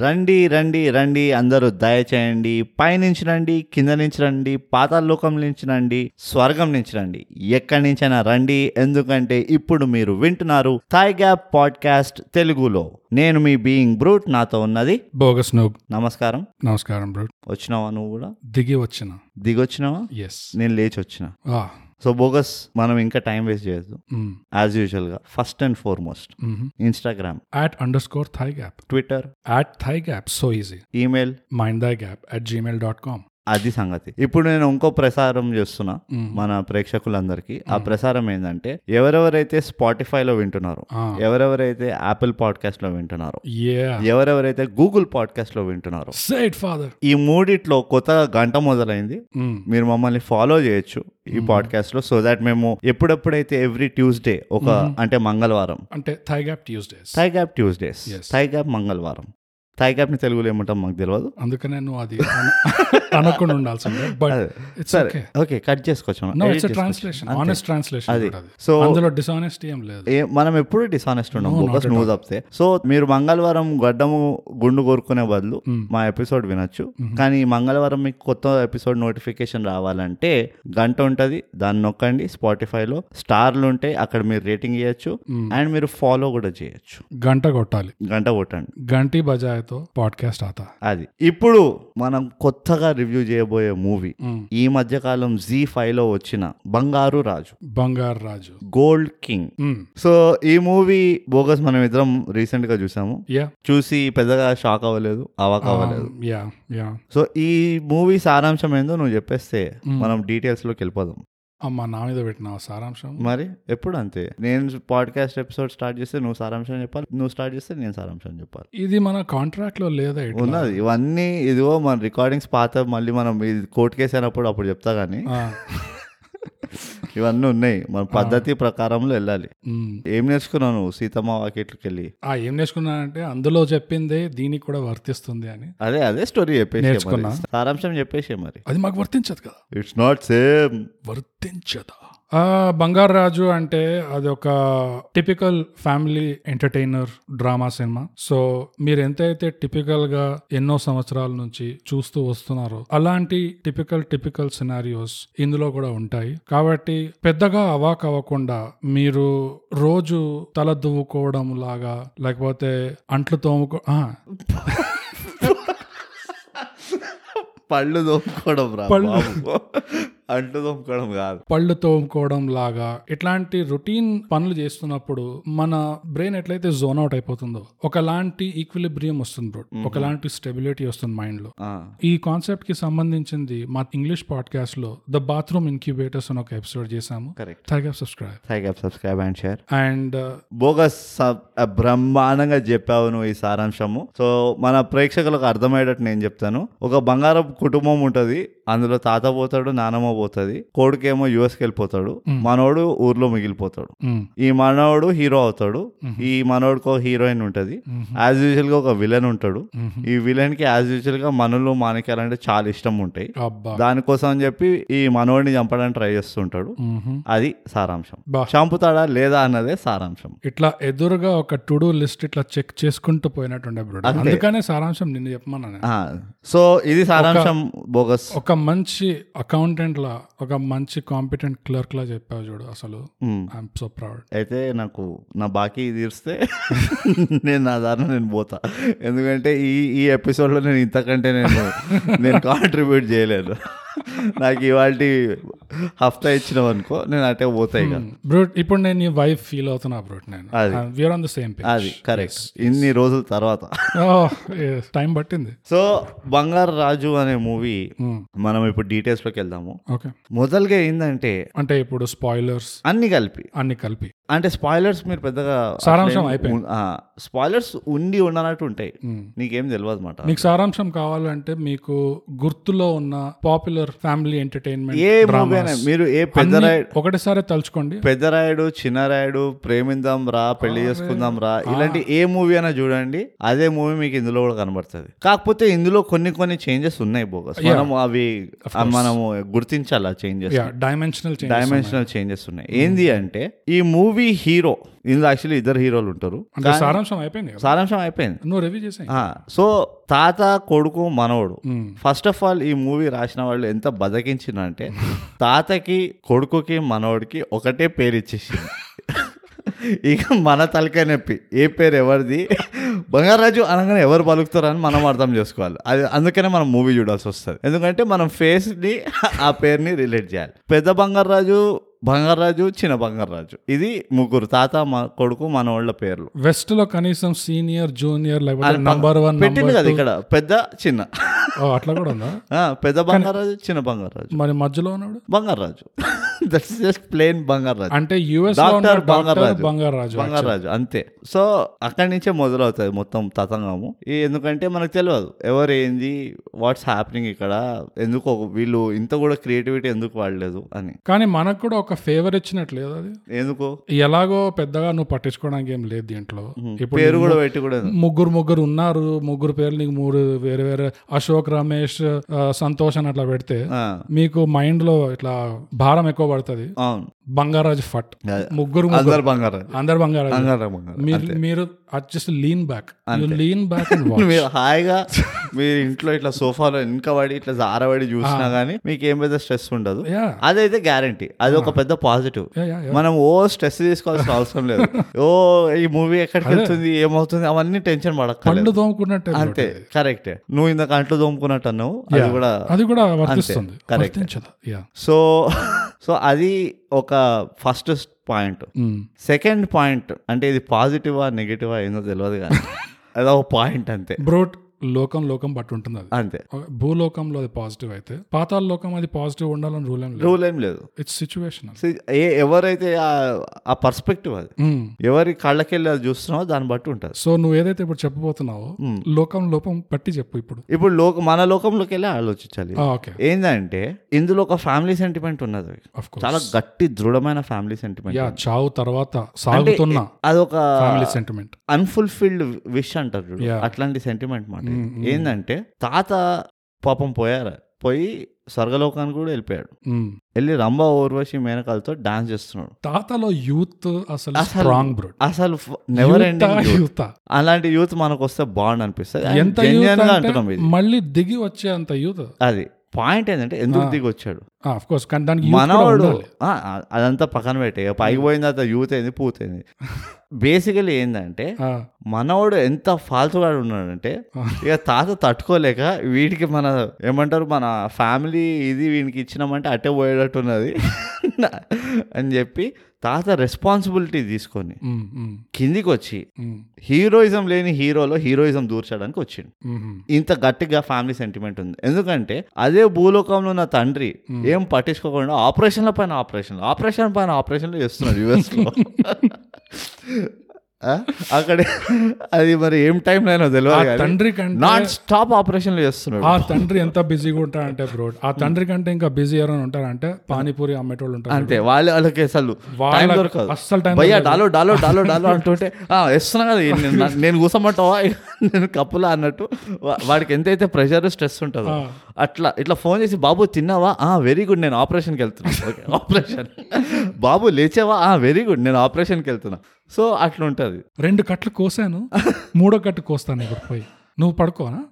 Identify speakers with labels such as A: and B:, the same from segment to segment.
A: రండి రండి రండి అందరూ దయచేయండి పైనుంచి రండి కింద నుంచి రండి పాతాళలోకం నుంచి రండి స్వర్గం నుంచి రండి ఎక్కడి నుంచైనా రండి ఎందుకంటే ఇప్పుడు మీరు వింటున్నారు థాయ్ గ్యాప్ పాడ్కాస్ట్ తెలుగులో నేను మీ బీయింగ్ బ్రూట్ నాతో ఉన్నది
B: బోగస్ నోబ్
A: నమస్కారం
B: నమస్కారం బ్రో
A: వచ్చినావా నువ్వు కూడా
B: దిగి వచ్చిన
A: దిగొచ్చినావా
B: ఎస్
A: నేను లేచి వచ్చిన
B: Ah,
A: సో బోగస్ మనం ఇంకా టైం వేస్ట్ చేయొద్దు
B: mm,
A: యాజ్ యూజువల్గా first and foremost
B: mm-hmm.
A: Instagram
B: at underscore thai gap
A: Twitter
B: at thai gap so easy
A: email
B: mind thai gap at Gmail dot com
A: అది సంగతి ఇప్పుడు నేను ఇంకో ప్రసారం చేస్తున్నా
B: Mm.
A: మన ప్రేక్షకులందరికీ ఆ ప్రసారం ఏంటంటే ఎవరెవరైతే స్పాటిఫైలో వింటున్నారో
B: Ah.
A: ఎవరెవరైతే యాపిల్ పాడ్కాస్ట్ లో వింటున్నారో ఎవరెవరైతే గూగుల్ పాడ్కాస్ట్ లో వింటున్నారో
B: సేట్ ఫాదర్
A: ఈ మూడిట్లో కొత్త గంట మొదలైంది
B: Mm.
A: మీరు మమ్మల్ని ఫాలో చేయొచ్చు ఈ పాడ్కాస్ట్ లో సో దాట్ మేము ఎప్పుడెప్పుడైతే ఎవ్రీ ట్యూస్డే ఒక అంటే మంగళవారం
B: అంటే thy gap Tuesdays
A: thy gap Tuesdays
B: Yes.
A: Thy gap మంగళవారం థై గ్యాప్ ని తెలుగులో ఏమంటాం మాకు తెలియదు
B: అందుకనే నువ్వు అది అన- అనకుండా ఉండాల్సిందే బట్ ఇట్స్
A: సరే
B: ఓకే
A: ఓకే కట్ చేసుకోవచ్చు
B: no it's translation honest translation
A: అది.
B: అది
A: సో
B: అందులో డిసానెస్టీ ఏం లేదు
A: ఏ- మనం ఎప్పుడు డిసానెస్ట్ ఉన్నాం బోకస్ నువ్వు తప్పితే సో మీరు మంగళవారం గడ్డము గుండు కోరుకునే బదులు
B: Mm.
A: మా ఎపిసోడ్ వినొచ్చు కానీ మంగళవారం మీకు కొత్త ఎపిసోడ్ నోటిఫికేషన్ రావాలంటే గంట ఉంటుంది దాన్ని నొక్కండి స్పాటిఫైలో స్టార్లు ఉంటాయి అక్కడ మీరు రేటింగ్ ఇవ్వచ్చు అండ్ మీరు ఫాలో కూడా చేయొచ్చు
B: గంట కొట్టాలి
A: గంట కొట్టండి
B: గంటి బజాయ్తో పాడ్కాస్ట్ ఆతా
A: అది ఇప్పుడు మనం కొత్తగా రివ్యూ చేయబోయే మూవీ
B: మ్మ్.
A: ఈ మధ్యకాలం జీ లో వచ్చిన Bangaru Raju
B: Bangaru Raju Mm.
A: Gold king so ఈ మూవీ బోగస్ మనం ఇద్దరం రీసెంట్ గా చూసాము
B: యా
A: చూసి పెద్దగా షాక్ అవ్వలేదు అవాక్ అవ్వలేదు
B: యా యా
A: సో ఈ మూవీ సారాంశం ఏందో నువ్వు చెప్పేస్తే మనం డీటెయిల్స్ లోకి వెళ్ళిపోదాం
B: Mm. అమ్మ నా మీద పెట్టినావు సారాంశం
A: మరి ఎప్పుడు అంతే నేను పాడ్కాస్ట్ ఎపిసోడ్ స్టార్ట్ చేస్తే నువ్వు సారాంశం చెప్పాలి నువ్వు స్టార్ట్ చేస్తే నేను సారాంశం చెప్పాలి
B: ఇది మన కాంట్రాక్ట్ లో లేదా ఇట్లా?
A: ఉన్నది ఇవన్నీ ఇదిగో మన రికార్డింగ్స్ పాత మళ్ళీ మనం ఇది కోర్టు కేసు అయినప్పుడు అప్పుడు చెప్తా కానీ
B: ఆ,
A: ఇవన్నీ ఉన్నాయి మన పద్ధతి ప్రకారంలో వెళ్ళాలి
B: ఉమ్.
A: ఏం నేర్చుకున్నావు నువ్వు సీతమ్మ వాకిట్లకి వెళ్ళి
B: mm. ఆ ఏం నేర్చుకున్నానంటే అందులో చెప్పిందే దీనికి కూడా వర్తిస్తుంది అని
A: అదే అదే స్టోరీ చెప్పేసి
B: నేర్చుకున్నా.
A: సారాంశం చెప్పేసి మరి
B: అది మాకు వర్తించదు కదా
A: ఇట్స్ నాట్ సేమ్
B: వర్తించదా ఆ, బంగారు రాజు అంటే అది ఒక typical family entertainer drama cinema so మీరు ఎంతైతే టిపికల్ గా ఎన్నో సంవత్సరాల నుంచి చూస్తూ వస్తున్నారో అలాంటి టిపికల్ టిపికల్ సినారియోస్ ఇందులో కూడా ఉంటాయి కాబట్టి పెద్దగా అవాక్ అవ్వకుండా మీరు రోజు తల దువ్వుకోవడం లాగా లేకపోతే అంట్లు తోముకో ఆ,
A: పళ్ళు తోముకోవడం రా
B: పళ్ళు.
A: బాబు. అంట్లు తోముకోవడం కాదు
B: పళ్ళు తోముకోవడం లాగా ఇట్లాంటి రొటీన్ పనులు చేస్తున్నప్పుడు మన బ్రెయిన్ ఎట్లయితే జోన్ అవుట్ అయిపోతుందో ఒకలాంటి ఈక్విలిబ్రియం వస్తుంది బ్రో ఒకలాంటి స్టెబిలిటీ వస్తుంది మైండ్ లో
A: ఆ,
B: ఈ కాన్సెప్ట్ కి సంబంధించింది మా ఇంగ్లీష్ పాడ్కాస్ట్ లో ద బాత్రూమ్ ఇన్క్యుబేటర్స్ అని ఒక ఎపిసోడ్ చేసాము
A: correct
B: thank subscribe
A: thank you subscribe and share
B: and
A: bogus sub- ఆ, బ్రహ్మాండంగా చెప్పావు నువ్వు ఈ సారాంశము సో మన ప్రేక్షకులకు అర్థమయ్యేటట్టు నేను చెప్తాను ఒక బంగారం కుటుంబం ఉంటది అందులో తాత పోతాడు నానమ్మ పోతుంది కొడుకేమో యుఎస్కి వెళ్ళిపోతాడు మనోడు ఊర్లో మిగిలిపోతాడు ఈ మనోడు హీరో అవుతాడు ఈ మనోడికి ఒక హీరోయిన్ ఉంటది యాజ్ యూజువల్ గా ఒక విలన్ ఉంటాడు ఈ విలన్ కి యాజ్ యూజువల్ గా మనలు మాణిక్యాలంటే చాలా ఇష్టం ఉంటాయి
B: అబ్బా
A: దానికోసం అని చెప్పి ఈ మనోడిని చంపడానికి ట్రై చేస్తుంటాడు
B: మ్మ్.
A: అది సారాంశం
B: బా.
A: చంపుతాడా లేదా అన్నదే సారాంశం
B: ఇట్లా ఎదురుగా ఒక టు డూ లిస్ట్ ఇట్లా చెక్ చేసుకుంటూ పోయినట్టుండే బ్రో అందుకనే సారాంశం నిన్ను చెప్పమన్నా నేను.
A: ఆ, సో ఇది సారాంశం బోగస్
B: ఒక మంచి అకౌంటెంట్ లా ఒక మంచి కాంపిటెంట్ క్లర్క్ లా చెప్పావు చూడు అసలు
A: మ్మ్.
B: ఐఎమ్ సో ప్రౌడ్
A: అయితే నాకు నా బాకీ తీరిస్తే నేను నా దారిన నేను పోతా ఎందుకంటే ఈ ఈ ఎపిసోడ్లో నేను ఇంతకంటే నేను నేను కాంట్రిబ్యూట్ చేయలేను నాకు ఇవాళ హఫ్తా ఇచ్చినావు అనుకో నేను అటే పోతాయి ఇక
B: బ్రూట్ ఇప్పుడు నేను నీ వైఫ్ ఫీల్ అవుతున్నా బ్రూట్ నేను
A: అది.
B: విఆర్ ఆన్ ద సేమ్
A: అది కరెక్ట్ ఇన్ని రోజుల తర్వాత
B: పేజ్ టైం Oh, పట్టింది
A: సో బంగారు రాజు అనే మూవీ
B: మ్మ్.
A: మనం ఇప్పుడు డీటెయిల్స్లోకి వెళ్దాము
B: ఓకే
A: మొదలుగా ఏంటంటే
B: అంటే ఇప్పుడు స్పాయిలర్స్
A: అన్ని కలిపి
B: అన్ని కలిపి
A: అంటే స్పాయిలర్స్ మీరు పెద్దగా
B: సారాంశం అయిపోయింది.
A: స్పాయిలర్స్ ఉండి ఉండనట్టు ఉంటాయి
B: మ్మ్.
A: నీకేం తెలియదు అన్నమాట
B: మీకు సారాంశం కావాలంటే మీకు గుర్తులో ఉన్న పాపులర్ ఫ్యామిలీ ఎంటర్టైన్మెంట్
A: ఏ మూవీ అయినా మీరు ఏ పెద్ద రాయుడు
B: ఒకటేసారి తలుచుకోండి
A: పెద్ద రాయుడు చిన్న రాయుడు ప్రేమిందాం రా పెళ్లి చేసుకుందాం రా ఇలాంటి ఏ మూవీ అయినా చూడండి అదే మూవీ మీకు ఇందులో కూడా కనబడుతుంది కాకపోతే ఇందులో కొన్ని కొన్ని చేంజెస్ ఉన్నాయి బోగస్ మనం అవి మనము గుర్తించాలి ఆ changes
B: dimensional change
A: dimensional changes ఉన్నాయి ఏంది అంటే ఈ మూవీ మూవీ హీరో ఇందులో యాక్చువల్లీ ఇద్దరు హీరోలు ఉంటారు
B: అంటే సారాంశం అయిపోయింది కదా
A: సారాంశం అయిపోయింది
B: నువ్వు రివ్యూ చేసాయి
A: ఆ, సో తాత కొడుకు మనవడు
B: Hmm.
A: ఫస్ట్ ఆఫ్ ఆల్ ఈ మూవీ రాసిన వాళ్ళు ఎంత బతికించినంటే తాతకి కొడుకుకి మనవడికి ఒకటే పేరు ఇచ్చేసింది ఇక మన తలకాయ నొప్పి ఏ పేరు ఎవరిది బంగారాజు అనగానే ఎవరు పలుకుతారని మనం అర్థం చేసుకోవాలి అది అందుకనే మనం మూవీ చూడాల్సి వస్తుంది ఎందుకంటే మనం ఫేస్ని ఆ పేరుని రిలేట్ చేయాలి పెద్ద బంగారాజు బంగారాజు చిన్న బంగారాజు ఇది ముగ్గురు తాత మా కొడుకు మనవాళ్ళ పేర్లు
B: వెస్ట్ లో కనీసం సీనియర్ జూనియర్ లేకపోతే
A: అది
B: నంబర్ వన్
A: పెట్టింది కదా ఇక్కడ పెద్ద చిన్న
B: అట్లా కూడా ఉందా
A: ఆ, పెద్ద బంగారాజు చిన్న బంగారాజు
B: మరి మధ్యలో ఉన్నాడు
A: Bangarraju that's just plain Bangarraju
B: అంటే యుఎస్ లో ఉన్న
A: డాక్టర్
B: డాక్టర్
A: బంగారాజు
B: బంగారాజు
A: బంగారాజు అంతే సో అక్కడి నుంచే మొదలవుతుంది మొత్తం తతంగము ఈ ఎందుకంటే మనకు తెలియదు ఎవరు ఏంది వాట్స్ హ్యాపెనింగ్ ఇక్కడ ఎందుకు ఒక- వీళ్ళు ఇంత కూడా క్రియేటివిటీ ఎందుకు వాడలేదు అని
B: కానీ మనకు కూడా ఒక ఫేవర్ ఇచ్చినట్లేదు అది
A: ఎందుకు
B: ఎలాగో పెద్దగా నువ్వు పట్టించుకోవడానికి ఏం లేదు దీంట్లో ఇప్పుడు
A: పేరు కూడా పెట్టి కూడా ఎందుకు?
B: ముగ్గురు ముగ్గురు ఉన్నారు ముగ్గురు పేర్లు నీకు మూడు వేరే వేరే అశోక్ రమేష్ ఆ, సంతోష్ అని అట్లా పెడితే
A: ఆ,
B: మీకు మైండ్ లో ఇట్లా భారం ఎక్కువ పడుతుంది
A: అవును
B: బంగారాజు ఫట్
A: అదే.
B: ముగ్గురు ముగ్గురు
A: అందరు బంగారాజు
B: అందరు బంగారాజు
A: బంగారం బంగారం
B: మీరు మీరు just lean back lean back and
A: మీరు హాయిగా మీరు ఇంట్లో ఇట్లా సోఫాలో వెనక పడి ఇట్లా జారబడి చూసినా గానీ మీకు ఏం పెద్ద స్ట్రెస్ ఉండదు
B: యా
A: అదైతే గ్యారంటీ అది ఒక పెద్ద పాజిటివ్
B: యా యా
A: మనం ఓ స్ట్రెస్ తీసుకోవాల్సిన అవసరం లేదు ఓ ఈ మూవీ ఎక్కడికి వెళ్తుంది ఏమవుతుంది అవన్నీ టెన్షన్ పడక్కర్లేదు
B: పండు తోముకున్నట్టే
A: అంతే కరెక్ట్ నువ్వు ఇందాక అంట్లు తోముకున్నట్టు అన్నావు అది కూడా
B: అది కూడా వర్తిస్తుంది
A: correct.
B: వర్తించదు యా
A: సో సో అది ఒక ఫస్ట్ పాయింట్ సెకండ్ పాయింట్ అంటే ఇది పాజిటివా నెగిటివా ఏందో తెలియదు కానీ అది ఒక పాయింట్ అంతే
B: బ్రోట్ లోకం లోకం బట్టి ఉంటుంది అది
A: అంతే
B: భూలోకంలో అది పాజిటివ్ అయితే పాతాళ లోకం అది పాజిటివ్ ఉండాలని రూల్ ఏం లేదు
A: రూల్ ఏం లేదు
B: ఇట్స్ సిచ్యువేషనల్
A: See, ఏ- ఎవరైతే ఆ- ఆ పర్స్పెక్టివ్ అది ఎవరి కళ్ళకెళ్ళి అది చూస్తున్నావో దాన్ని బట్టి ఉంటుంది
B: సో నువ్వు ఏదైతే ఇప్పుడు చెప్పబోతున్నావో లోకం లోపం పట్టి చెప్పు ఇప్పుడు
A: ఇప్పుడు లోక మన లోకంలోకి వెళ్ళి ఆలోచించాలి
B: ఓకే
A: ఏందంటే ఇందులో ఒక ఫ్యామిలీ సెంటిమెంట్ ఉన్నది
B: ఆఫ్ కోర్స్
A: చాలా గట్టి దృఢమైన ఫ్యామిలీ సెంటిమెంట్
B: యా చావు తర్వాత సాగుతున్న
A: అదొక
B: ఫ్యామిలీ సెంటిమెంట్
A: అన్ఫుల్ఫిల్డ్ విష్ అంటారు చూడు.
B: Yeah.
A: అట్లాంటి సెంటిమెంట్ మాట
B: Mm,
A: ఏందంటే తాత పాపం పోయారు పోయి స్వర్గలోకానికి కూడా వెళ్ళిపోయాడు వెళ్ళి రంభా ఊర్వశి మేనకాలతో డాన్స్ చేస్తున్నాడు
B: తాతలో యూత్ అసలు స్ట్రాంగ్ బ్రోట్
A: అసలు నెవర్ ఎండింగ్
B: యూత
A: అలాంటి యూత్ మనకు వస్తే బాగుండు అనిపిస్తుంది
B: ఎంత
A: And
B: యూత్
A: genuine గా
B: అంటే
A: అంటున్నాం ఇది
B: మళ్ళీ దిగి వచ్చే అంత యూత్
A: అది పాయింట్ ఏంటంటే ఎందుకు దిగి వచ్చాడు
B: ఆఫ్ కోర్స్ కానీ దానికి youth కూడా
A: మనవాడు
B: ఉండాలి.
A: ఆ, ఆ, అదంతా పక్కన పెట్టే పైకి పోయిన తర్వాత యూత్ అయింది పూత్ అయింది బేసికలీ ఏంటంటే
B: ఆ,
A: మనవాడు ఎంత ఫాల్తుగా ఉన్నాడంటే ఇక తాత తట్టుకోలేక వీడికి మన ఏమంటారు మన ఫ్యామిలీ ఇది వీనికి ఇచ్చినామంటే అట్టే పోయేటట్టున్నది అని చెప్పి తాత రెస్పాన్సిబిలిటీ తీసుకొని
B: ఉమ్, ఉమ్,
A: కిందికి వచ్చి
B: ఉమ్,
A: హీరోయిజం లేని హీరోలో హీరోయిజం దూర్చడానికి వచ్చిండు
B: ఉమ్, ఉమ్.
A: ఇంత గట్టిగా ఫ్యామిలీ సెంటిమెంట్ ఉంది ఎందుకంటే అదే భూలోకంలో ఉన్న తండ్రి ఏం పట్టించుకోకుండా ఆపరేషన్ల పైన ఆపరేషన్ ఆపరేషన్ పైన ఆపరేషన్లు చేస్తున్నాడు యుఎస్ లో ఆ? అక్కడ అది మరి ఏం టైం అయినా
B: ఆ
A: తెలియదు
B: తండ్రి కంటే
A: నాన్ స్టాప్ ఆపరేషన్లు చేస్తున్నాడు
B: ఆ తండ్రి ఎంత బిజీగా ఉంటారంటే బ్రో ఆ తండ్రి కంటే ఇంకా బిజీ ఎవరైనా ఉంటారంటే పానీపూరి అమ్మేటోళ్ళు ఉంటారు
A: అంతే వాళ్ళ వాళ్ళకి అసలు టైం
B: వాళ్ళ
A: దొరకదు
B: అస్సలు టైం
A: భయ్యా డాలో డాలో డాలో డాలో అంటుంటే "ఆ, ఇస్తున్నా కదా ఈ నేను- నా- నేను కూసమంటావా నేను కప్పులా అన్నట్టు వా- వాడికి ఎంతైతే ప్రెషర్ స్ట్రెస్ ఉంటుందో అట్లా ఇట్లా ఫోన్ చేసి బాబు తిన్నావా ఆ వెరీ గుడ్ నేను ఆపరేషన్కి వెళ్తున్నా ఓకే ఆపరేషన్ బాబు లేచావా ఆ వెరీ గుడ్ నేను ఆపరేషన్కి వెళ్తున్నా సో అట్లా ఉంటుంది
B: రెండు కట్లు కోసాను మూడో కట్టు కోస్తాను ఇప్పుడు పోయి నువ్వు పడుకోనా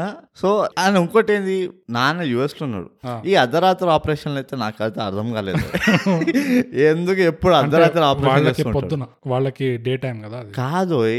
A: ఆ, సో ఆయన ఇంకోటి ఏంది నాన్న US లో ఉన్నాడు ఈ అర్ధరాత్రి ఆపరేషన్లు అయితే నాకైతే అర్థం కాలేదు ఎందుకు ఎప్పుడు అర్ధరాత్రి ఆపరేషన్
B: వాళ్ళకి
A: చేస్తుంటారు
B: పొద్దున వాళ్ళకి డే టైం కదా అది
A: కాదు ఓయ్.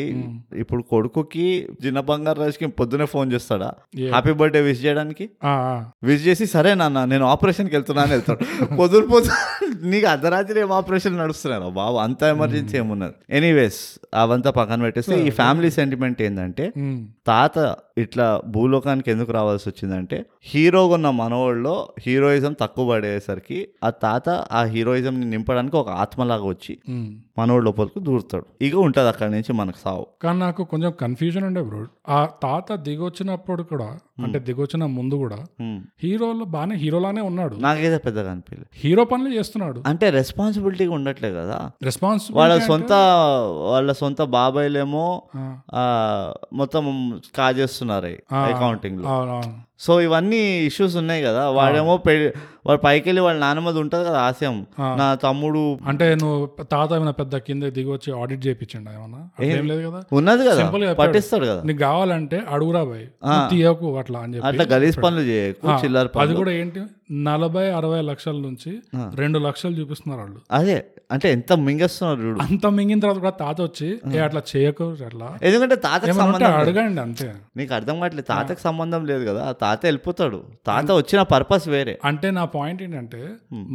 A: ఇప్పుడు కొడుకుకి చిన్న బంగారు రాజుకి పొద్దునే ఫోన్ చేస్తాడా
B: Yeah.
A: హ్యాపీ బర్త్డే విష్ చేయడానికి
B: ఆ, ఆ.
A: విష్ చేసి సరే నాన్న నేను ఆపరేషన్కి వెళ్తున్నా అని వెళ్తాడు పొద్దున పొద్దు నీకు అర్ధరాత్రి ఏం ఆపరేషన్ నడుస్తున్నాను బాబు అంత ఎమర్జెన్సీ ఏమున్నది ఎనీవేస్ అవంతా పక్కన పెట్టేస్తే ఈ ఫ్యామిలీ సెంటిమెంట్ ఏంటంటే
B: ఉమ్,
A: తాత ఇట్లా భూలోకానికి ఎందుకు రావాల్సి వచ్చిందంటే హీరోగా ఉన్న మనవాళ్ళలో హీరోయిజం తక్కువ పడేసరికి ఆ తాత ఆ హీరోయిజంని నింపడానికి ఒక ఆత్మలాగా వచ్చి
B: ఉమ్.
A: మనోడు లోపలికి దూరుతాడు ఇక ఉంటుంది అక్కడి నుంచి మనకు సావు
B: కానీ నాకు కొంచెం కన్ఫ్యూజన్ ఉండే బ్రో ఆ తాత దిగొచ్చినప్పుడు కూడా అంటే దిగొచ్చిన ముందు కూడా
A: హ్మ్.
B: హీరోలో బాగానే హీరోలానే ఉన్నాడు
A: నాకైతే పెద్దగా అనిపించలేదు
B: హీరో పనులు చేస్తున్నాడు
A: అంటే రెస్పాన్సిబిలిటీగా ఉండట్లే కదా
B: రెస్పాన్స్
A: వాళ్ళ సొంత వాళ్ళ సొంత బాబాయ్లేమో ఆ, మొత్తం కాజేస్తున్నారు అకౌంటింగ్ లో సో ఇవన్నీ ఇష్యూస్ ఉన్నాయి కదా వాడేమో పె- వాడు పైకి వెళ్ళి వాళ్ళ నాన్నమ్మది ఉంటుంది కదా ఆశయం
B: ఆ.
A: నా తమ్ముడు
B: అంటే నువ్వు తాత ఏమైనా పెద్ద కింద దిగి వచ్చి ఆడిట్ చేయించండి ఏమన్నా ఏం లేదు కదా
A: ఉన్నది కదా
B: Simple గా చెప్పాడు.
A: పట్టిస్తాడు కదా
B: నీకు కావాలంటే అడుగురా బాయ్ నువ్వు తీయకు అట్లా అని చెప్పి
A: అట్లా గలీజ్ పనులు చేయకు
B: ఆ,
A: చిల్లర
B: అది
A: పనులు
B: కూడా ఏంటి నలభై అరవై లక్షల నుంచి రెండు లక్షలు చూపిస్తున్నారు వాళ్ళు
A: అదే అంటే ఎంత మింగేస్తున్నారు చూడు
B: అంత మింగిన తర్వాత కూడా తాత వచ్చి ఏ అట్లా చేయకు అట్లా
A: ఎందుకంటే తాతకు
B: ఏమన్నా ఉంటే
A: సంబంధం లేదు.
B: అడగండి అంతే
A: నీకు అర్థం కావట్లేదు తాతకు సంబంధం లేదు కదా ఆ తాత వెళ్ళిపోతాడు తాత వచ్చిన పర్పస్ వేరే
B: అంటే నా పాయింట్ ఏంటంటే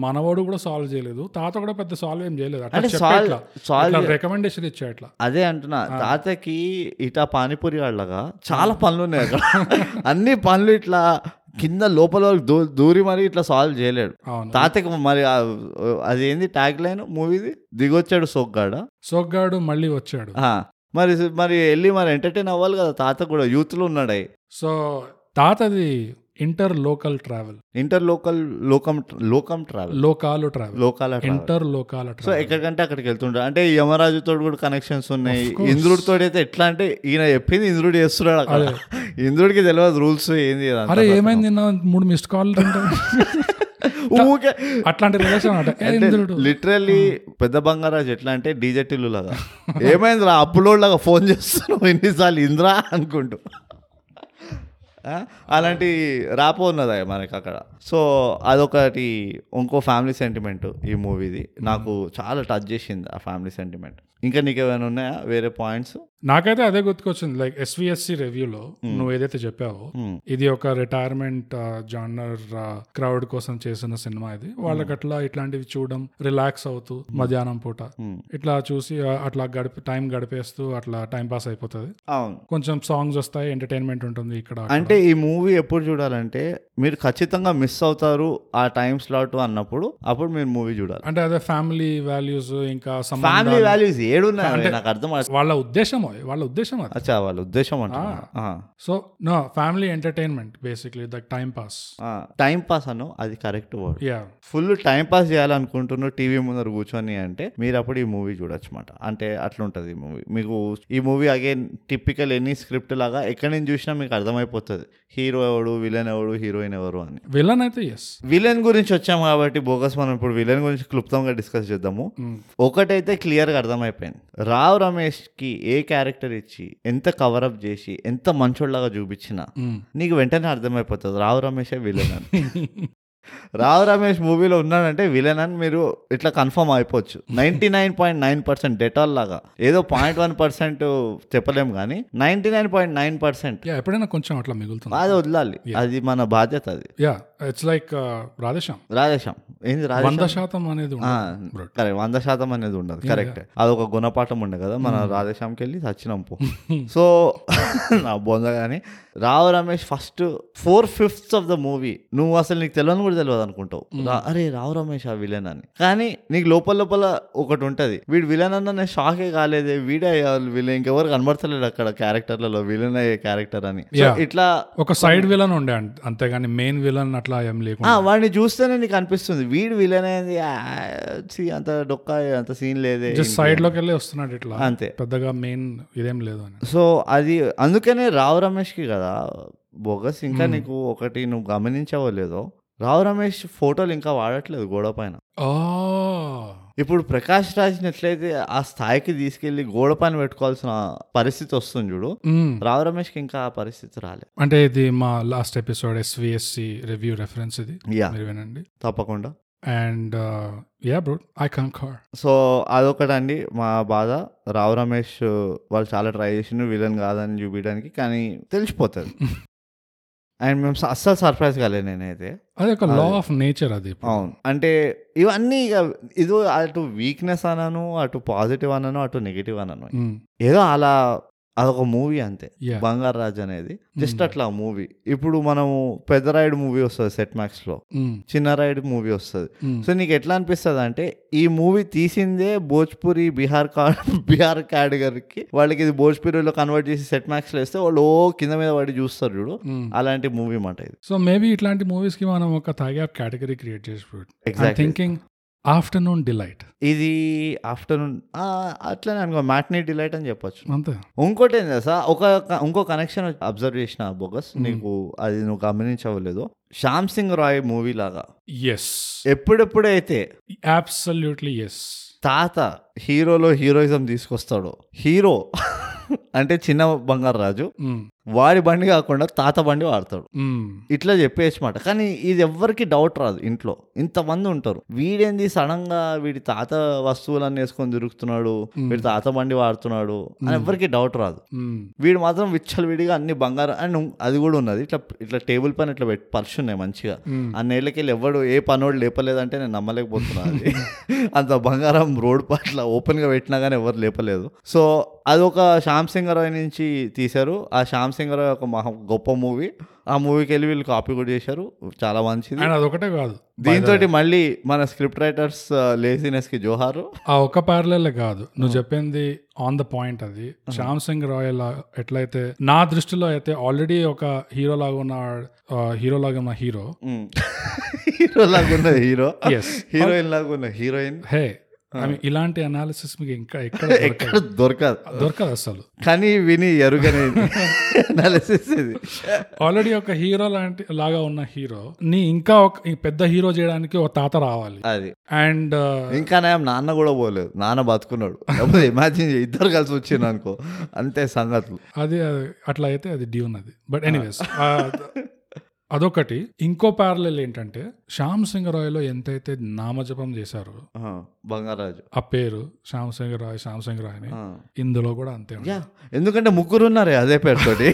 B: మనవాడు కూడా సాల్వ్ చేయలేదు తాత కూడా పెద్ద సాల్వ్ ఏం చేయలేదు
A: అంటే
B: అట్లా
A: సాల్వ్
B: చెప్పేట్లా
A: సాల్వ్
B: రికమెండేషన్ ఇచ్చే అట్లా
A: అదే అంటున్నా తాతకి ఇట్లా పానీపూరి వాళ్ళగా చాలా పనులు ఉన్నాయి అక్కడ అన్ని పనులు ఇట్లా కింద లోపల వరకు దూ- దూరి మరి ఇట్లా సాల్వ్ చేయలేడు
B: అవును
A: తాతకి మరి ఆ- అది ఏంది ట్యాగ్ లైన్ మూవీది దిగొచ్చాడు సోగ్గాడ
B: సోగ్గాడు మళ్ళీ వచ్చాడు
A: ఆ, మరి మరి వెళ్ళి మరి ఎంటర్టైన్ అవ్వాలి కదా తాత కూడా యూత్లో ఉన్నాడు అయి.
B: సో తాతది inter local travel
A: inter local లోకం లోకం ట్రావెల్
B: లోకాలు ట్రావెల్
A: లోకాల ట్రావెల్
B: ఇంటర్ లోకాల
A: సో
B: ట్రావెల్
A: ఎక్కడికంటే అక్కడికి వెళ్తుంటాడు అంటే ఈ యమరాజుతో కూడా కనెక్షన్స్ ఉన్నాయి
B: Of course.
A: ఇంద్రుడితో అయితే ఎట్లా అంటే ఈయన చెప్పింది ఇంద్రుడు చేస్తున్నాడు అక్కడ ఇంద్రుడికి తెలియదు రూల్స్ ఏంది ఇదంతా.
B: అరే ఏమైంది నిన్న మూడు మిస్డ్ కాల్
A: ఊకే
B: అట్లాంటి రిలేషన్ అన్నమాట. ఏ ఇంద్రుడు
A: లిటరల్లీ పెద్ద బంగారాజు ఎట్లా అంటే డీజే టిల్లు లాగా ఏమైంది రా అప్లోడ్ లాగా ఫోన్ చేస్తున్నావు ఎన్నిసార్లు ఇంద్రా అనుకుంటూ ఆ, అలాంటి రాపో ఉన్నదా మనకి అక్కడ సో అదొకటి ఇంకో ఫ్యామిలీ సెంటిమెంట్ ఈ మూవీది నాకు చాలా టచ్ చేసింది ఆ ఫ్యామిలీ సెంటిమెంట్ ఇంకా నీకు ఏమైనా ఉన్నాయా వేరే పాయింట్స్
B: నాకైతే అదే గుర్తుకొచ్చింది లైక్ ఎస్విఎస్సి రివ్యూలో నువ్వు ఏదైతే చెప్పావో ఇది ఒక uh, రిటైర్మెంట్ జానర్ క్రౌడ్ కోసం చేసిన సినిమా ఇది వాళ్ళకి అట్లా ఇట్లాంటివి చూడడం రిలాక్స్ అవుతూ మధ్యాహ్నం పూట
A: Hmm.
B: ఇట్లా చూసి ఆ, అట్లా గడిపి టైం గడిపేస్తూ అట్లా టైం పాస్ అయిపోతుంది
A: అవును
B: కొంచెం సాంగ్స్ వస్తాయి ఎంటర్టైన్మెంట్ ఉంటుంది ఇక్కడ అక్కడ.
A: అంటే ఈ మూవీ ఎప్పుడు చూడాలంటే మీరు ఖచ్చితంగా మిస్ అవుతారు ఆ టైం స్లాట్ అన్నప్పుడు అప్పుడు మీరు మూవీ చూడాలి
B: అంటే అదే ఫ్యామిలీ వాల్యూస్ ఇంకా సంబంధాలు
A: ఫ్యామిలీ వాల్యూస్ ఏడున్నాయి నాకు అర్థం అవ్వట్లేదు.
B: వాళ్ళ ఉద్దేశం అది, వాళ్ళ ఉద్దేశం అది
A: అచ్చా వాళ్ళ ఉద్దేశం అంటున్నా. ఆ
B: సో నా family entertainment basically the time pass
A: ఆ, టైం పాస్ అను అది correct word
B: yeah
A: full time pass చేయాలనుకుంటున్న టీవీ ముందర కూర్చొని అంటే మీరు అప్పుడు ఈ మూవీ చూడొచ్చు అనమాట అంటే అట్లుంటది ఈ మూవీ మీకు ఈ movie again typical any script లాగా ఎక్కడి నుంచి చూసినా మీకు అర్థమైపోతుంది హీరో ఎవడు విలన్ ఎవడు హీరోయిన్ ఎవరు అని
B: విలన్ అయితే ఎస్
A: విలన్ గురించి వచ్చాము కాబట్టి బోగస్ మనం ఇప్పుడు విలన్ గురించి క్లుప్తంగా డిస్కస్ చేద్దాము
B: Mm,
A: ఒకటైతే క్లియర్గా అర్థమైపోయింది రావ్ రమేష్కి ఏ క్యారెక్టర్ ఇచ్చి ఎంత కవరప్ చేసి ఎంత మంచోళ్ళగా చూపించినా
B: mm.
A: నీకు వెంటనే అర్థమైపోతుంది రావు రమేషే విలన్ అని రావు రమేష్ మూవీలో ఉన్నాడంటే విలన్ అని మీరు ఇట్లా కన్ఫర్మ్ అయిపోవచ్చు ninety nine point nine percent Dettol లాగా ఏదో పాయింట్ వన్ పర్సెంట్ చెప్పలేము కానీ ninety nine point nine percent
B: yeah ఎప్పుడైనా కొంచెం అట్లా మిగులుతుంది
A: అది వదలాలి అది మన బాధ్యత అది
B: yeah it's like uh, Radheshyam
A: Radheshyam ఏంది
B: వంద
A: రాధేశ్యాం
B: శాతం అనేది ఉండదు. Right.
A: కరెక్ట్ వంద శాతం అనేది ఉండదు కరెక్ట్ అదొక గుణపాఠం ఉండే కదా మన రాధేశ్యామ్కి వెళ్ళి సచ్చినాం పో సో నా బొంద కానీ Rao Ramesh first four fifths of the movie నువ్వు అసలు నీకు తెలియని కూడా తెలియదు అనుకుంటావు రా- అరే రావు రమేష్ ఆ విలన్ అని కానీ నీకు లోపల లోపల ఒకటి ఉంటుంది వీడు విలన్ అన్న నేను షాకే కాలేదే వీడే విలన్ ఇంకెవరు కనబడతలేడు అక్కడ క్యారెక్టర్లలో విలన్ అయ్యే క్యారెక్టర్ అని So,
B: Yeah.
A: ఇట్లా
B: ఒక సైడ్ విలన్ ఉండే అంత- అంతేగాని మెయిన్ విలన్ అట్లా ఏం
A: ఆ,
B: లేకుండా
A: వాడిని చూస్తేనే నీకు అనిపిస్తుంది వీడు విలన్ అయింది ఆ, ఛీ, అంత డొక్క అంత సీన్ లేదే
B: జస్ట్ సైడ్ లోకి వెళ్ళి వస్తున్నాడు ఇట్లా
A: అంతే
B: పెద్దగా మెయిన్ ఇదేం లేదు అని
A: సో అది అందుకనే రావు రమేష్కి కదా బోగస్ ఇంకా నీకు ఒకటి నువ్వు గమనించావో లేదో రావు రమేష్ ఫోటోలు ఇంకా వాడట్లేదు గోడ పైన
B: ఆ,
A: ఇప్పుడు ప్రకాష్ రాజ్ని ఎట్లయితే ఆ స్థాయికి తీసుకెళ్లి గోడ పైన పెట్టుకోవాల్సిన పరిస్థితి వస్తుంది చూడు
B: మ్మ్.
A: రావు రమేష్కి ఇంకా ఆ పరిస్థితి రాలే
B: Mm. అంటే ఇది మా last episode SVSC review reference ఇది
A: యా
B: మీరు వినండి uh,
A: తప్పకుండా
B: and yeah bro I can car
A: so అదొకటండి మా బాధ రావు రమేష్ వాళ్ళు చాలా ట్రై చేసిండు విలన్ కాదని చూపించడానికి కానీ తెలిసిపోతుంది అండ్ మేము స- అస్సలు సర్ప్రైజ్ కాలేదు నేనైతే
B: అది ఒక లా ఆఫ్ నేచర్ అది ఇప్పుడు.
A: అవును అంటే ఇవన్నీ ఇక ఇది అటు వీక్నెస్ అనను అటు పాజిటివ్ అనను అటు నెగిటివ్ అనను
B: మ్మ్.
A: ఏదో అలా అదొక మూవీ అంతే
B: Yeah.
A: బంగారు రాజు అనేది జస్ట్ అట్లా మూవీ ఇప్పుడు మనము పెద్ద రాయుడు మూవీ వస్తుంది సెట్ మ్యాక్స్ లో
B: మ్మ్.
A: చిన్న రాయుడు మూవీ వస్తుంది
B: మ్మ్.
A: సో నీకు ఎట్లా అనిపిస్తుంది అంటే ఈ మూవీ తీసిందే భోజ్పురి బీహార్ కా బీహార్ కేటగిరీకి వాళ్ళకి ఇది భోజ్పురిలో కన్వర్ట్ చేసి సెట్ మ్యాక్స్ లో వేస్తే వాళ్ళు ఓ కింద మీద పడి చూస్తారు చూడు
B: మ్మ్.
A: అలాంటి మూవీ మాట ఇది
B: సో మేబీ ఇట్లాంటి మూవీస్ కి మనం ఒక తాగ్యాప్ కేటగిరీ క్రియేట్ చేసి
A: Exactly.
B: థింకింగ్ ఆఫ్టర్నూన్ డిలైట్
A: ఇది ఆఫ్టర్నూన్ అట్లనే అనుకో మ్యాట్నీ డిలైట్ అని చెప్పొచ్చు
B: అంతే
A: ఇంకోటి ఏం తెలుసా ఒక ఇంకో కనెక్షన్ అబ్జర్వ్ చేసిన బొగస్ నీకు అది నువ్వు గమనించవలేదు శ్యామ్ సింగ్ రాయ్ మూవీ లాగా
B: ఎస్
A: ఎప్పుడెప్పుడైతే
B: అబ్సల్యూట్లీ ఎస్
A: తాత హీరోలో హీరోయిజం తీసుకొస్తాడు హీరో అంటే చిన్న బంగారు రాజు
B: Mm.
A: వాడి బండి కాకుండా తాత బండి వాడతాడు ఇట్లా చెప్పేసి మాట కానీ ఇది ఎవ్వరికి డౌట్ రాదు ఇంట్లో ఇంతమంది ఉంటారు వీడేంది సడన్ గా వీడి తాత వస్తువులన్నీ వేసుకొని తిరుగుతున్నాడు వీడి తాత బండి వాడుతున్నాడు అని ఎవ్వరికి డౌట్ రాదు
B: Mm.
A: వీడు మాత్రం విచ్చలవిడిగా అన్ని బంగారం అండ్ అది కూడా ఉన్నది ఇట్లా ఇట్లా టేబుల్ పైన ఇట్లా పెట్టి పర్సు ఉన్నాయి మంచిగా ఆ నేళ్ళకెళ్ళి ఎవడు ఏ పనోడు లేపలేదంటే నేను నమ్మలేకపోతున్నా అది అంత బంగారం రోడ్ పట్ల ఓపెన్ గా పెట్టినా కానీ ఎవరు లేపలేదు సో అదొక శ్యామ్ సింగ్ రాయ్ నుంచి తీశారు ఆ శ్యామ్ సింగ్ రాయ్ ఒక మహా గొప్ప మూవీ ఆ మూవీకి వెళ్ళి వీళ్ళు కాపీ కూడా చేశారు చాలా మంచిది
B: అండ్ అదొకటే కాదు
A: దీంతో మళ్ళీ మన స్క్రిప్ట్ రైటర్స్ లేజినెస్ కి జోహారు
B: ఆ ఒక్క ప్యారలే కాదు నువ్వు చెప్పింది ఆన్ ద పాయింట్ అది శ్యామ్ సింగ్ రాయ్ లా- ఎట్లయితే నా దృష్టిలో అయితే ఆల్రెడీ ఒక హీరో లాగా ఉన్న హీరో లాగా ఉన్న హీరో
A: హీరో లాగున్న హీరో
B: ఎస్
A: హీరోయిన్ లాగున్న హీరోయిన్
B: హే ఐ మీన్ ఇలాంటి అనాలిసిస్ మీకు ఇంకా ఎక్కడ దొరకదు.
A: ఎక్కడ దొరకదు
B: దొరకదు అసలు
A: కానీ విని ఎరుగని అనాలిసిస్ ఇది
B: ఆల్రెడీ ఒక హీరో లాంటి లాగా ఉన్న హీరో నీ ఇంకా ఒక ఈ పెద్ద హీరో చేయడానికి ఒక తాత రావాలి
A: అది
B: అండ్
A: ఇంకా నేను నాన్న కూడా పోలేదు నాన్న బతుకున్నాడు లేకపోతే ఇమాజిన్ ఇద్దరు కలిసి వచ్చింది అనుకో అంతే సంగతులు
B: అది అది అట్లా అయితే అది డ్యూన్ అది బట్ ఎనీవేస్ అదొకటి ఇంకో ప్యారలెల్ ఏంటంటే శ్యామ్ సింగ్ రాయ్లో ఎంతైతే నామజపం చేశారు
A: ఆ, బంగారాజు
B: ఆ పేరు శ్యామ్ సింగ్ రాయ్ శ్యామ్ సింగ్ రాయ్ అని
A: ఆ.
B: ఇందులో కూడా అంతే ఉంది.
A: యా ఎందుకంటే ముగ్గురు ఉన్నారు అదే పేరుతోటి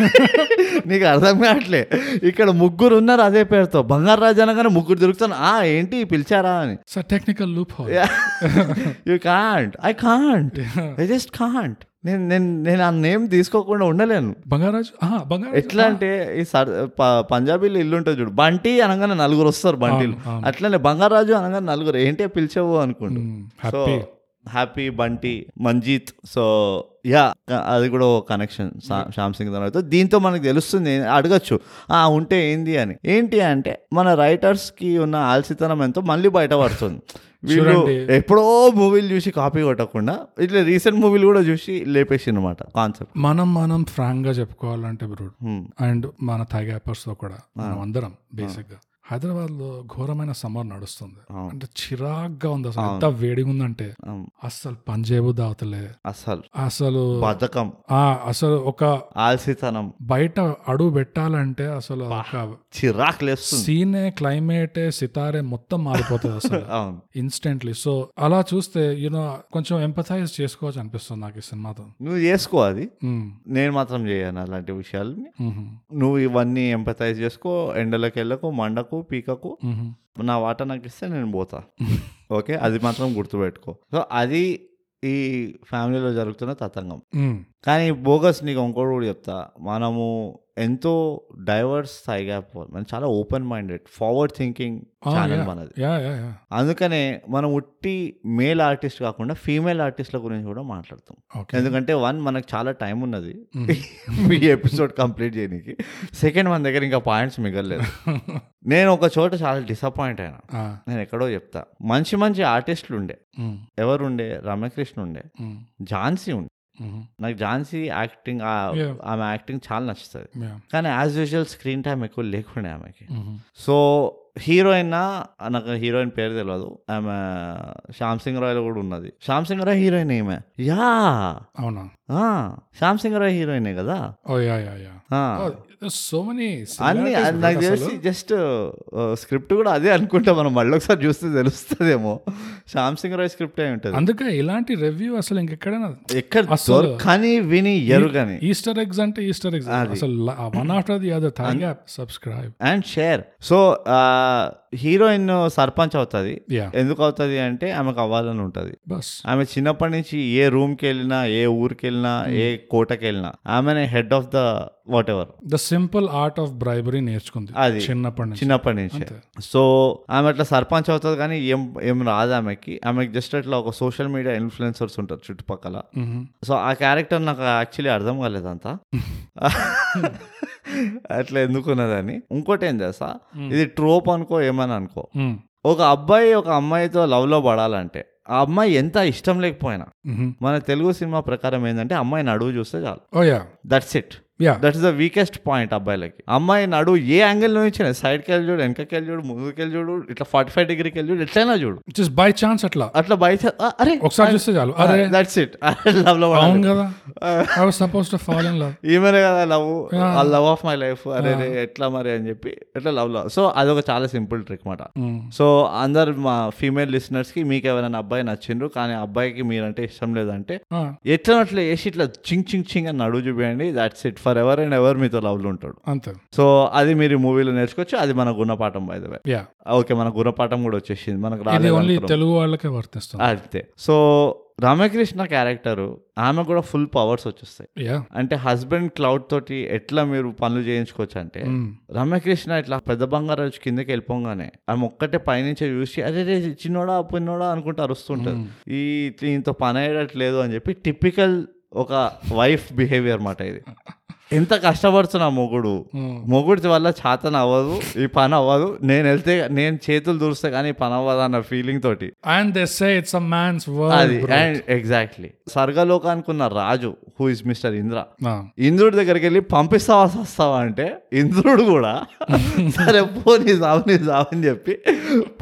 A: నీకు అర్థం కావట్లే ఇక్కడ ముగ్గురు ఉన్నారు అదే పేరుతో బంగారాజు అనగానే ముగ్గురు తిరుగుతాను ఆ ఏంటి పిలిచారా అని
B: sir technical loophole
A: you can't I can't I just can't నేను నేను నేను ఆ నేమ్ తీసుకోకుండా ఉండలేను
B: బంగారాజు ఆహా, బంగారాజు
A: ఎట్లా అంటే ఈ సర్ ప- పంజాబీలో ఇల్లు ఉంటుంది చూడు బంటి అనగానే నలుగురు వస్తారు బంటీలు
B: అవును, అవును.
A: అట్లనే బంగారాజు అనగానే నలుగురు ఏంటి పిలిచావు అనుకుంటు
B: మ్మ్,
A: so
B: happy
A: happy Bunty Manjeet so yeah అది కూడా ఓ కనెక్షన్ శ్యామ్ సింగ్ దానితో దీంతో మనకు తెలుస్తుంది ఏ- అడగచ్చు ఆ ఉంటే ఏంది అని ఏంటి అంటే మన రైటర్స్ కి ఉన్న ఆల్సితనం ఎంతో మళ్ళీ బయటపడుతుంది వీళ్ళు
B: చూడండి.
A: ఎప్పుడో మూవీలు చూసి కాపీ కొట్టకుండా ఇట్లా రీసెంట్ మూవీలు కూడా చూసి లేపేసి అనమాట కాన్సెప్ట్
B: మనం మనం ఫ్రాంక్ గా చెప్పుకోవాలంటే బ్రూడ్ అండ్ మన థైగాపర్స్ తో కూడా మనం అందరం బేసిక్ గా హైదరాబాద్ లో ఘోరమైన సమ్మర్ నడుస్తుంది
A: అవును.
B: అంటే చిరాగ్గా ఉంది అసలు ఎంత వేడిగా ఉందంటే అస్సలు పంజేబు దావతలే
A: అసలు
B: అసలు
A: బద్ధకం
B: ఆ అసలు ఒక
A: ఆల్సితనం
B: బయట అడుగు పెట్టాలంటే అసలు ఒక
A: చిరాకు లేస్తుంది
B: సీనే క్లైమేటే సితారే మొత్తం మారిపోతుంది అసలు
A: అవును
B: ఇన్స్టెంట్లీ సో అలా చూస్తే యూనో కొంచెం ఎంపథైజ్ చేసుకోవచ్చు అనిపిస్తుంది నాకు ఈ సినిమాతో
A: నువ్వు చేసుకో అది
B: ఉమ్,
A: నేను మాత్రం చేయను అలాంటి విషయాలని
B: ఉమ్హు,
A: నువ్వు ఇవన్నీ ఎంపథైజ్ చేసుకో ఎండలకు వెళ్ళకు మండకు పీకకు
B: ఉమ్హు.
A: నా వాటా నాకు ఇస్తే నేను పోతా ఓకే అది మాత్రం గుర్తుపెట్టుకో సో అది ఈ ఫ్యామిలీలో జరుగుతున్న తతంగం
B: ఉమ్,
A: కానీ బోగస్ నీకు ఇంకోటి కూడా చెప్తా మనము ఎంతో డైవర్స్ గ్యాప్ మనం చాలా ఓపెన్ మైండెడ్ ఫార్వర్డ్ థింకింగ్
B: ఆ,
A: ఛానల్
B: yeah.
A: మనది
B: Yeah, yeah, yeah.
A: అందుకనే మనం ఉట్టి మేల్ ఆర్టిస్ట్ కాకుండా ఫీమేల్ ఆర్టిస్ట్ల గురించి కూడా మాట్లాడతాం
B: Okay.
A: ఎందుకంటే వన్ మనకు చాలా టైం ఉన్నది
B: Mm.
A: Hmm. మీ ఎపిసోడ్ కంప్లీట్ చేయడానికి సెకండ్ మన దగ్గర ఇంకా పాయింట్స్ మిగలలేదు నేను ఒక చోట చాలా డిసప్పాయింట్ అయినా
B: ఆ,
A: నేను ఎక్కడో చెప్తా మంచి మంచి ఆర్టిస్టులు ఉండే
B: ఉమ్,
A: ఎవరుండే రమ్యకృష్ణ ఉండే
B: ఉమ్,
A: ఝాన్సీ ఉండే
B: ఉమ్.
A: నాకు ఝాన్సీ యాక్టింగ్ ఆ-
B: Yeah.
A: ఆమె యాక్టింగ్ చాలా నచ్చుతుంది
B: Yeah.
A: కానీ యాజ్ యూజువల్ స్క్రీన్ టైం ఎక్కువ లేకుండే ఆమెకి
B: ఉమ్,
A: సో హీరోయిన్ నాకు హీరోయిన్ పేరు తెలియదు ఆమె శ్యామ్ సింగ్ రాయ్లో కూడా ఉన్నది శ్యామ్ సింగ్ రాయ్ హీరోయిన్ ఈమె యా
B: అవునా
A: ఆ,
B: Oh,
A: శ్యామ్ సింగ్ రాయ్ హీరోయినే కదా
B: ఓ యా యా యా
A: ఆ.
B: సో మెనీ
A: అన్ని నాకు తెలిసి జస్ట్ స్క్రిప్ట్ కూడా అదే అనుకుంటా మనం మళ్ళీ ఒకసారి చూస్తే తెలుస్తుందేమో శ్యామ్ సింగ్ రాయ్ స్క్రిప్ట్ అయి ఉంటుంది
B: అందుకే ఇలాంటి రివ్యూ అసలు ఇంకెక్కడైనా
A: ఎక్కడ
B: అసలు-
A: దొరకని విని ఎరుగని
B: ఈస్టర్ ఎగ్స్ అంటే ఈస్టర్ ఎగ్స్ అసలు one after the other thank app subscribe
A: and share so heroine sarpanch అవుతుంది
B: యా
A: ఎందుకు అవుతుంది అంటే ఆమెకు అవ్వాలని ఉంటుంది
B: బస్
A: ఆమె చిన్నప్పటి నుంచి ఏ రూమ్కి వెళ్ళినా ఏ ఊరికి వెళ్ళినా ఏ కోటకి వెళ్ళినా ఆమెనే head of the whatever
B: the simple art of bribery నేర్చుకుంది
A: అది.
B: చిన్నప్పటి నుంచి
A: చిన్నప్పటి నుంచి సో ఆమె అట్లా సర్పంచ్ అవుతుంది కానీ ఏం ఏం రాదు ఆమెకి ఆమెకి జస్ట్ అట్లా ఒక సోషల్ మీడియా ఇన్ఫ్లుయెన్సర్స్ ఉంటారు చుట్టుపక్కల
B: మ్మ్.
A: సో ఆ క్యారెక్టర్ నాకు యాక్చువల్లీ అర్థం కాలేదంతా అట్లా ఎందుకున్నదని ఇంకోటి ఏం తెలుసా ఇది ట్రోప్ అనుకో ఏమని అనుకో
B: మ్మ్.
A: ఒక అబ్బాయి ఒక అమ్మాయితో లవ్లో పడాలంటే ఆ అమ్మాయి ఎంత ఇష్టం లేకపోయినా
B: Mm-hmm.
A: మన తెలుగు సినిమా ప్రకారం ఏంటంటే అమ్మాయి నడువు చూస్తే చాలు
B: oh yeah
A: that's it
B: yeah
A: that is the weakest point అబ్బాయిలకి అమ్మాయి నడువు ఏ యాంగిల్ నుంచి సైడ్కి వెళ్ళి చూడు వెనకకి వెళ్ళి చూడు ముందుకి వెళ్ళి చూడు ఇట్లా ఫార్టీ ఫైవ్ డిగ్రీకి వెళ్ళి చూడు ఎట్లయినా చూడు
B: జస్ట్ బై ఛాన్స్ అట్లా
A: అట్లా బయట ఆ, అరే
B: ఒకసారి చూస్తే చాలు అరే
A: దట్స్ ఇట్ లవ్ లో పడాలి.
B: అవును కదా
A: Ah.
B: I was suppose to follow in love
A: ఈమెనే కదా లవ్
B: Yeah.
A: ఆ లవ్ ఆఫ్ మై లైఫ్ అరే రే, ఎట్లా మరి అని చెప్పి ఎట్లా లవ్ లో సో అదొక చాలా సింపుల్ ట్రిక్ మాట
B: Mm.
A: సో అందరు మా ఫీమేల్ లిసనర్స్ కి మీకు ఎవరైనా అబ్బాయి నచ్చిండ్రు కానీ అబ్బాయికి మీరంటే ఇష్టం లేదంటే
B: Ah,
A: ఎట్లా అట్లా వేసి ఇట్లా చింగ్ చింగ్ చింగ్ అని అడుగు చూపించండి that's it for ever and ever మీతో లవ్లు ఉంటాడు
B: అంతే
A: సో అది మీరు మూవీలో నేర్చుకోవచ్చు అది మన గుణపాఠం by the way
B: yeah
A: okay మన గుణపాఠం కూడా వచ్చేసింది మనకు
B: ఇది
A: రాలేదు
B: ఓన్లీ
A: అనుకున్నాం.
B: తెలుగు వాళ్ళకే వర్తిస్తుంది
A: అంతే సో రామకృష్ణ క్యారెక్టర్ ఆమె కూడా ఫుల్ పవర్స్ వచ్చేస్తాయి
B: యా
A: అంటే హస్బెండ్ క్లౌడ్ తోటి ఎట్లా మీరు పనులు చేయించుకోవచ్చు అంటే
B: Mm.
A: రమ్యకృష్ణ ఇట్లా పెద్ద బంగారాజు కిందకి వెళ్ళిపోగానే ఆమె ఒక్కటే పైనుంచి చూసి అరే రే చిన్నోడా పిన్నోడా అనుకుంటూ అరుస్తుంటారు ఈ ఇంత పని అయ్యేటట్లేదు అని చెప్పి టిపికల్ ఒక వైఫ్ బిహేవియర్ మాట ఇది ఎంత కష్టపడుతున్నా మొగుడు
B: Mm.
A: మొగుడి వల్ల చాతన అవ్వదు ఈ పని అవ్వదు నేను వెళ్తే నేను చేతులు దూరిస్తే కానీ ఈ పని అవ్వదు అన్న ఫీలింగ్ తోటి
B: and they say it's a man's
A: అది
B: వర్డ్
A: అండ్ ఎగ్జాక్ట్లీ స్వర్గలోకానికి ఉన్న రాజు who is mister Indra
B: Ah.
A: ఇంద్రుడి దగ్గరికి వెళ్ళి పంపిస్తావా వస్తావా అంటే ఇంద్రుడు కూడా సరే పో నీ సావు నీ సావు అని చెప్పి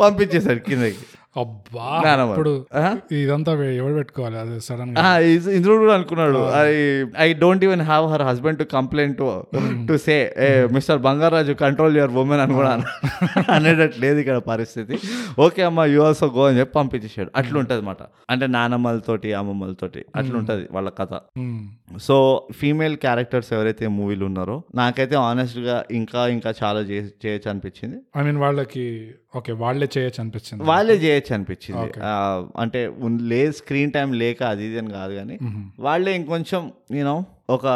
A: పంపించేశాడు కిందకి
B: అబ్బా
A: నానమ్మ.
B: ఇప్పుడు
A: ఆ?
B: ఇదంతా వే- ఎవరు పెట్టుకోవాలి అది సడన్ గా
A: ఆ, ఇస్- ఇంద్రుడు కూడా అనుకున్నాడు I I don't even have her husband to complaint to to say a mister Bangaraju control your women అని కూడా అన- అనేటట్టు లేదు ఇక్కడ పరిస్థితి ఓకే అమ్మ యు ఆల్సో గో అని చెప్పి పంపించేశాడు అట్లా ఉంటుంది అనమాట అంటే నానమ్మలతోటి అమ్మమ్మలతోటి అట్లా ఉంటుంది వాళ్ళ కథ
B: మ్మ్.
A: సో ఫీమేల్ క్యారెక్టర్స్ ఎవరైతే మూవీలు ఉన్నారో నాకైతే ఆనెస్ట్గా ఇంకా ఇంకా చాలా చే- చేయొచ్చు అనిపించింది
B: ఐ మీన్ వాళ్ళకి ఓకే వాళ్ళే చేయొచ్చు అనిపించింది
A: వాళ్ళే చేయొచ్చు అనిపించింది ఆ, అంటే ఉన్- లే స్క్రీన్ టైం లేక అది ఇది అని కాదు కానీ వాళ్ళే ఇంకొంచెం నేను ఒక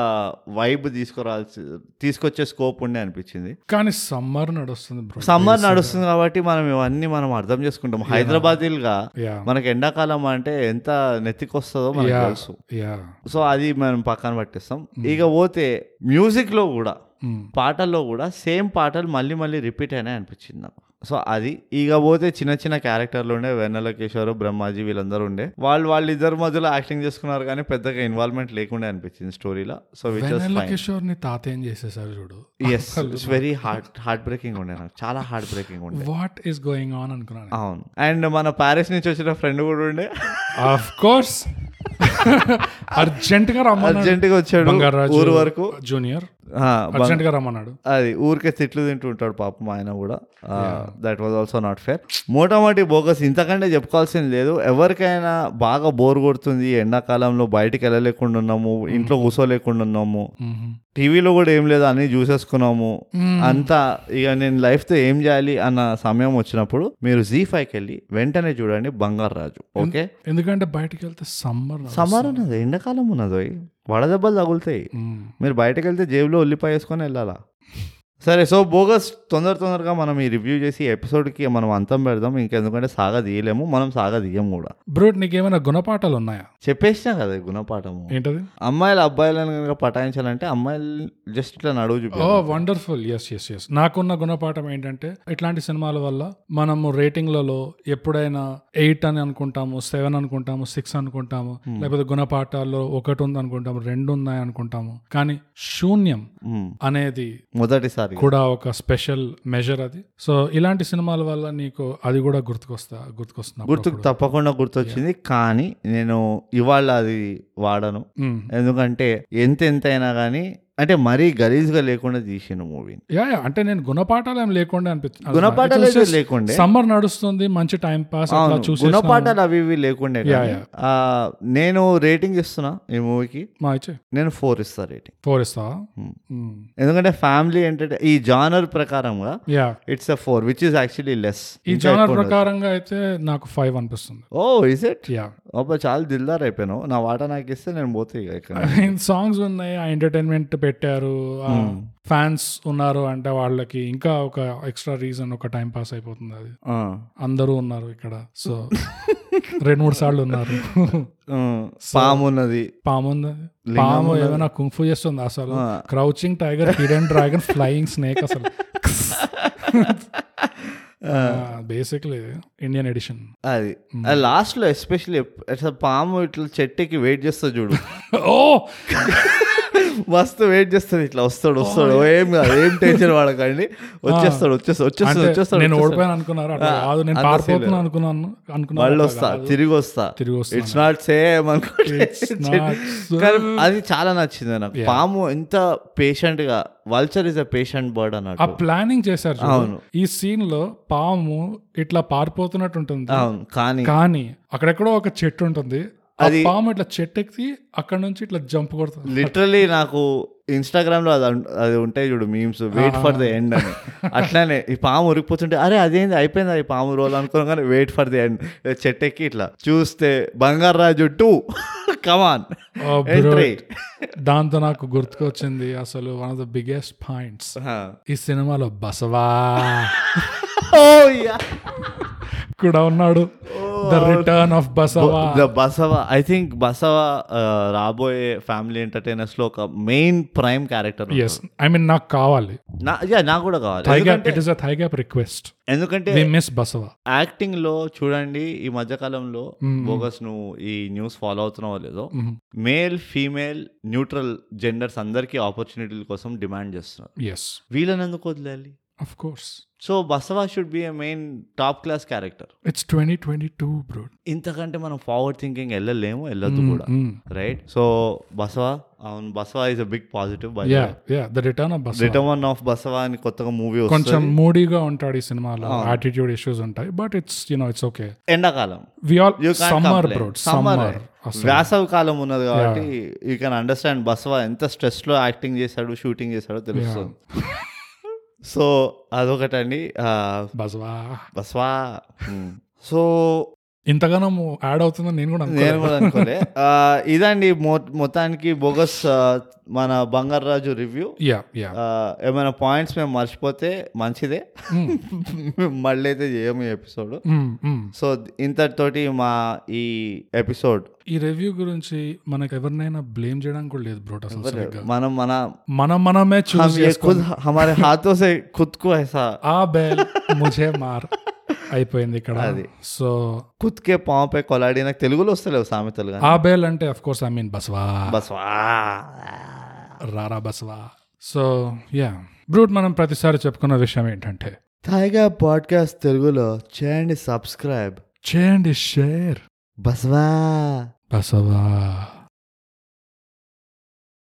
A: వైబ్ తీసుకురావాల్సి తీసుకొచ్చే స్కోప్ ఉండే అనిపించింది
B: కానీ సమ్మర్ నడుస్తుంది బ్రో
A: సమ్మర్ నడుస్తుంది కాబట్టి మనం ఇవన్నీ మనం అర్థం చేసుకుంటాం హైదరాబాదీలుగా
B: యా
A: మనకి ఎండాకాలం అంటే ఎంత నెత్తికొస్తుందో మనకు
B: యా
A: తెలుసు
B: యా
A: సో అది మనం పక్కన పట్టేస్తాం ఇక పోతే మ్యూజిక్లో కూడా
B: Mm.
A: పాటల్లో కూడా సేమ్ పాటలు మళ్ళీ మళ్ళీ రిపీట్ అయినాయి అనిపించింది నాకు సో అది ఇక పోతే చిన్న చిన్న క్యారెక్టర్లు ఉండే వెన్నెల కిషోర్ బ్రహ్మాజీ వీళ్ళందరూ ఉండే వాళ్ళు వాళ్ళిద్దరి మధ్యలో యాక్టింగ్ చేసుకున్నారు కానీ పెద్దగా ఇన్వాల్వ్మెంట్ లేకుండా అనిపించింది స్టోరీలో so which was
B: వెనల్ల
A: fine
B: Kishore ని తాత ఏం చేసేసారు చూడు
A: yes it's very heart heartbreaking ఉండే నాకు చాలా హార్ట్ బ్రేకింగ్ ఉండే
B: వాట్ ఈస్ గోయింగ్ ఆన్ అనుకున్నాను
A: అవును అండ్ మన ప్యారిస్ నుంచి వచ్చిన ఫ్రెండ్ కూడా ఉండే
B: ఆఫ్ కోర్స్ అర్జెంట్ గా రమ్మన్నాడు
A: అర్జెంట్ గా వచ్చాడు
B: బంగారాజు
A: ఊరు వరకు
B: జూనియర్
A: ఆ, బ-
B: అర్జెంట్ గా రమ్మన్నాడు
A: అది ఊరికే తిట్లు తింటూ ఉంటాడు పాపం ఆయన కూడా that was also not fair మోటామోటి బోగస్ ఇంతకంటే చెప్పుకోవాల్సింది లేదు ఎవరికైనా బాగా బోర్ కొడుతుంది ఎండాకాలంలో బయటికి వెళ్ళలేకుండా ఉన్నాము ఇంట్లో కూర్చోలేకుండా ఉన్నాము
B: Mm-hmm.
A: టీవీలో కూడా ఏం లేదు అన్ని చూసేసుకున్నాము అంతా ఇక నేను లైఫ్తో ఏం చేయాలి అన్న సమయం వచ్చినప్పుడు మీరు జీ ఫైవ్కి వెళ్ళి వెంటనే చూడండి బంగారు రాజు ఓకే
B: ఎందుకంటే బయటకు వెళ్తే సమ్మర్
A: సమ్మర్ ఉన్నది ఎండాకాలం ఉన్నది వడదెబ్బలు తగులుతాయి మీరు బయటకు వెళ్తే జేబులో ఉల్లిపాయ వేసుకొని వెళ్ళాలా సరే సో బోగస్ తొందర తొందరగా మనం ఈ రివ్యూ చేసి ఎపిసోడ్కి మనం అంతం పెడదాం ఇంకెందుకంటే సాగ తీయలేము మనం సాగ తీయం కూడా
B: బ్రూట్ నీకేమైనా గుణపాఠాలు ఉన్నాయా
A: చెప్పేసినా కదా ఈ గుణపాఠము
B: ఏంటది
A: అమ్మాయిలు అబ్బాయిలను కనుక పటాయించాలంటే అమ్మాయిలు జస్ట్ ఇట్లా నడువు
B: ఓ
A: చూపి
B: వండర్ఫుల్ ఎస్ ఎస్ ఎస్ నాకున్న గుణపాఠం ఏంటంటే ఇట్లాంటి సినిమాల వల్ల మనము రేటింగ్లలో ఎప్పుడైనా ఎయిట్ అని అనుకుంటాము సెవెన్ అనుకుంటాము సిక్స్ అనుకుంటాము లేకపోతే గుణపాఠాల్లో ఒకటి ఉంది అనుకుంటాము రెండు ఉన్నాయి అనుకుంటాము కానీ శూన్యం అనేది
A: మొదటిసారి
B: కూడా ఒక స్పెషల్ మెజర్ అది సో ఇలాంటి సినిమాల వల్ల నీకు అది కూడా గుర్తుకొస్తా గుర్తుకొస్తున్నా
A: గుర్తుకు తప్పకుండా గుర్తొచ్చింది కానీ నేను ఇవాళ అది వాడను
B: మ్మ్.
A: ఎందుకంటే ఎంత ఎంతైనా కానీ అంటే మరీ గలీజ్గా లేకుండా తీసిన మూవీ
B: యా యా అంటే నేను గుణపాఠాలు ఏం లేకుండా అనిపిస్తుంది
A: గుణపాఠాలు ఏమీ లేకుండే.
B: సమ్మర్ నడుస్తుంది మంచి టైం పాస్ అట్లా
A: అవును.
B: చూసి
A: గుణపాఠాలు అవి ఇవి లేకుండే కానీ,
B: యా.
A: ఆ, నేను రేటింగ్ ఇస్తున్నా ఈ మూవీకి
B: మా ఇచ్చే
A: నేను ఫోర్ ఇస్తా రేటింగ్
B: ఫోర్ ఇస్తావా
A: మ్మ్.
B: మ్మ్.
A: ఎందుకంటే ఫ్యామిలీ ఎంటర్టైన్ ఈ జానర్ ప్రకారంగా
B: yeah
A: it's a four which is actually less
B: ఈ జానర్ ప్రకారంగా అయితే నాకు ఫైవ్ అనిపిస్తుంది
A: ఓ ఇస్ ఇట్
B: యా
A: అబ్బా చాలా దిల్దార్ అయిపోయాను నా వాట నాకు ఇస్తే నేను పోతే ఇక ఇక్కడ.
B: సాంగ్స్ ఉన్నాయి ఆ ఎంటర్టైన్మెంట్ పెట్టారు ఫ్యాన్స్ ఉన్నారు అంటే వాళ్ళకి ఇంకా ఒక ఎక్స్ట్రా రీజన్ ఒక టైం పాస్ అయిపోతుంది అది
A: ఆ.
B: అందరూ ఉన్నారు ఇక్కడ సో రెండు మూడు సార్లు ఉన్నారు
A: ఉమ్, పాము ఉన్నది
B: పాము ఉంది పాము ఏమైనా కుంఫు చేస్తుంది అసలు crouching tiger hidden dragon flying snake అసలు బేసిక్లీ ఇండియన్ ఎడిషన్
A: అది లాస్ట్ లో ఎస్పెషల్లీ పాము ఇట్లా చెట్టుకి వెయిట్ చేస్తాడు చూడు
B: ఓ
A: మస్తు వెయిట్ చేస్తాడు ఇట్లా వస్తాడు
B: Oh
A: వస్తాడు ఏం కాదు ఏం టెన్షన్ వాడకండి వచ్చేస్తాడు వచ్చేస్తాడు వచ్చేస్తాడు
B: Ah. అంటే
A: వచ్చేస్తాడు
B: నేను ఓడిపోయాను అనుకున్నారు అట్లా కాదు నేను
A: అంత
B: పారిపోతున్నాను అనుకున్నాను
A: మళ్ళీ
B: అనుకున్నాను
A: వస్తా తిరిగి వస్తా
B: తిరిగి వస్తాను.
A: ఇట్స్ నాట్ సేమ్
B: It's
A: అనుకుంటే
B: not so-
A: కానీ అది చాలా నచ్చింది నాకు పాము ఎంత పేషెంట్ గా vulture is a patient bird
B: ఆ
A: అన్నట్టు
B: ప్లానింగ్ చేశారు చూడు.
A: అవును.
B: ఈ సీన్ లో పాము ఇట్లా పారిపోతున్నట్టు ఉంటుంది
A: అవును కానీ
B: కానీ అక్కడెక్కడో ఒక చెట్టు ఉంటుంది ఆ
A: అది-
B: పాము ఇట్లా చెట్టు ఎక్కి అక్కడ నుంచి ఇట్లా జంప్ కొడుతుంది
A: లిటరలీ నాకు ఇన్స్టాగ్రామ్ లో అది ఉం- అది ఉంటాయి చూడు memes wait for the end అని అట్లానే ఈ పాము ఉరికిపోతుంటే అరే అదేంది అయిపోయింది ఈ పాము రోల్ అనుకున్నాం కానీ వెయిట్ ఫర్ ది ఎండ్ చెట్టు ఎక్కి ఇట్లా చూస్తే బంగారు రాజు టూ కమాన్
B: ఆ Oh, bro,
A: ఎంట్రీ
B: దాంతో నాకు గుర్తుకొచ్చింది అసలు one of the biggest points ఈ సినిమాలో బసవా
A: ఓ
B: Oh,
A: యా
B: కూడా ఉన్నాడు
A: Oh.
B: The return of Basava
A: the Basava I think Basava ఆ, రాబోయే ఫ్యామిలీ ఎంటర్టైనర్స్ లో ఒక main prime character
B: yes I mean నాకు కావాలి
A: నాకు కూడా కావాలి
B: థై గ్యాప్
A: ఎందుకంటే-
B: it is a thigh gap request
A: ఎందుకంటే
B: వి మిస్ బసవా
A: యాక్టింగ్ లో చూడండి ఈ మధ్య కాలంలో బోగస్ నువ్వు ఈ న్యూస్ ఫాలో అవుతున్నావో లేదో మేల్ ఫీమేల్ న్యూట్రల్ జెండర్స్ అందరికీ ఆపర్చునిటీల కోసం డిమాండ్ చేస్తున్నారు
B: ఎస్
A: వీళ్ళని ఎందుకు వదిలేయాలి
B: of course
A: so Basava should be a main top class character
B: it's twenty twenty two bro
A: ఇంతకంటే మనం ఫార్వర్డ్ థింకింగ్ వెళ్ళలేము వెళ్ళొద్దు కూడా
B: Hmm.
A: రైట్ సో బసవా అవును Basava is a big positive by
B: yeah yeah the return of Basava
A: return of Basava అని కొత్తగా movie
B: కొంచెం మూడీగా ఉంటాడు ఈ సినిమాలో
A: Ah.
B: యాటిట్యూడ్ ఇష్యూస్ ఉంటాయి but it's you know it's okay
A: ఎండాకాలం
B: we all
A: You can't
B: summer
A: complain.
B: బ్రో
A: Summer.
B: సమ్మర్
A: వేసవి కాలం ఉన్నది కాబట్టి యూ కెన్ అండర్స్టాండ్ బసవా ఎంత స్ట్రెస్ లో యాక్టింగ్ చేశాడు షూటింగ్ చేశాడో తెలుస్తుంది సో అదొకటండి ఆ,
B: బసవా
A: బసవా Hmm. సో
B: ఇంతగానో యాడ్ అవుతుందని నేను
A: నేను
B: కూడా అనుకోలేదు.
A: కూడా అనుకోలే ఆ, ఇదండి మొ- మొత్తానికి బోగస్ ఆ, మన Bangaru Raju review
B: yeah yeah
A: ఆ, ఏమైనా పాయింట్స్ మేము మర్చిపోతే మంచిదే మళ్ళీ అయితే చేయము ఈ ఎపిసోడ్
B: మ్మ్, మ్మ్.
A: సో ఇంతటితోటి మా ఈ ఎపిసోడ్
B: ఈ రివ్యూ గురించి మనకు ఎవరినైనా బ్లేమ్ చేయడానికి కూడా లేదు బ్రోట్ అసలు సరిగ్గా.
A: మనం మన
B: మనం మనమే చూస్
A: हम ये खुद हमारे हाथों से खुद को ऐसा
B: ఆ బెల్ ముజే మార్ అయిపోయింది ఇక్కడ సో
A: खुद के पाँव पे कोलाडी నాకు తెలుగులో వస్తలేవు సామెతలు కానీ
B: ఆ బెల్ అంటే of course I mean Baswa
A: Baswa.
B: రారా బస్వా సో యా బ్రూట్ మనం ప్రతిసారి చెప్పుకున్న విషయం ఏంటంటే
A: తాయిగా పాడ్కాస్ట్ తెలుగులో చేయండి సబ్స్క్రైబ్
B: చేయండి షేర్
A: బస్వా
B: బసవా